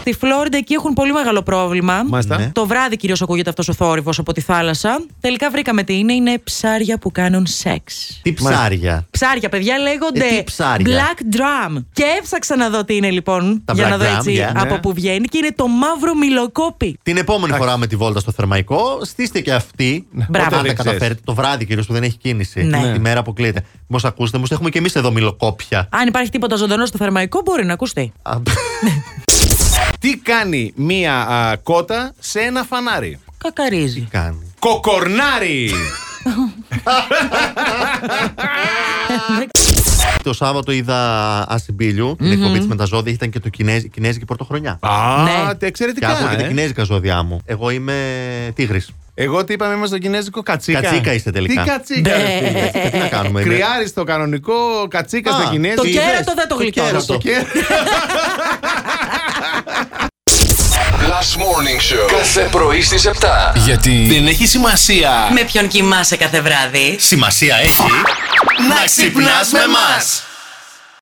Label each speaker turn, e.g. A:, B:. A: Στη Φλόριντα εκεί έχουν πολύ μεγάλο πρόβλημα.
B: Μάλιστα.
A: Το βράδυ κυρίως ακούγεται αυτός ο θόρυβος από τη θάλασσα. Τελικά βρήκαμε τι είναι. Είναι ψάρια που κάνουν σεξ.
B: Τι ψάρια.
A: Ψάρια, παιδιά, λέγονται
B: Ε, τι ψάρια?
A: Black Drum. Και έψαξα να δω τι είναι λοιπόν.
B: Τα
A: για
B: Black
A: να δω
B: Drum,
A: έτσι
B: για, ναι.
A: από πού βγαίνει. Και είναι το μαύρο μιλοκόπι.
B: Την επόμενη φορά με τη βόλτα στο θερμαϊκό, στήστε και αυτή.
A: Μπράβο. Δεν
B: Αν τα
A: ξέρεις.
B: καταφέρετε το βράδυ κυρίως που δεν έχει κίνηση.
A: Ναι.
B: Τη μέρα αποκλείεται. Μήπως ακούσετε, μήπως έχουμε και εμείς εδώ μιλοκόπια.
A: Αν υπάρχει τίποτα ζωντανό στο θερμαϊκό, μπορεί να ακουστεί.
B: Α,
C: Τι κάνει μία α, κότα σε ένα φανάρι.
A: Κακαρίζει.
B: Κάνει.
C: Κοκορνάρι!
B: Το Σάββατο είδα Ασυμπίλιου, την εκπομπή της με τα ζώδια, ήταν και το Κινέζι- Κινέζικη Πρωτοχρονιά.
C: Α,
A: Ναι.
C: τε-
B: Και
C: εξαιρετικά.
B: άκουγα και τα
C: ε.
B: κινέζικα ζώδιά μου. Εγώ είμαι τίγρης.
C: Εγώ τι είπαμε, είμαστε στο κινέζικο κατσίκα.
B: Κατσίκα είστε τελικά.
C: Τι κατσίκα.
A: Ναι.
C: ρε φίλε.
B: Τι να
C: ε,
B: κάνουμε. ε, είμαι-
C: Κρυάρι στο κανονικό, κατσίκα
B: Α,
C: στο κινέζικο.
A: το
C: Είδες.
A: κέρατο δεν το
B: Ε, το
A: γλιτώνω.
B: κέρατο.
C: Το κέρατο.
D: Last Morning Show. Κάθε πρωί στις 7.
E: Γιατί δεν έχει σημασία.
A: Με ποιον κοιμάσαι κάθε βράδυ.
B: Σημασία έχει
E: Να ξυπνάς με μας.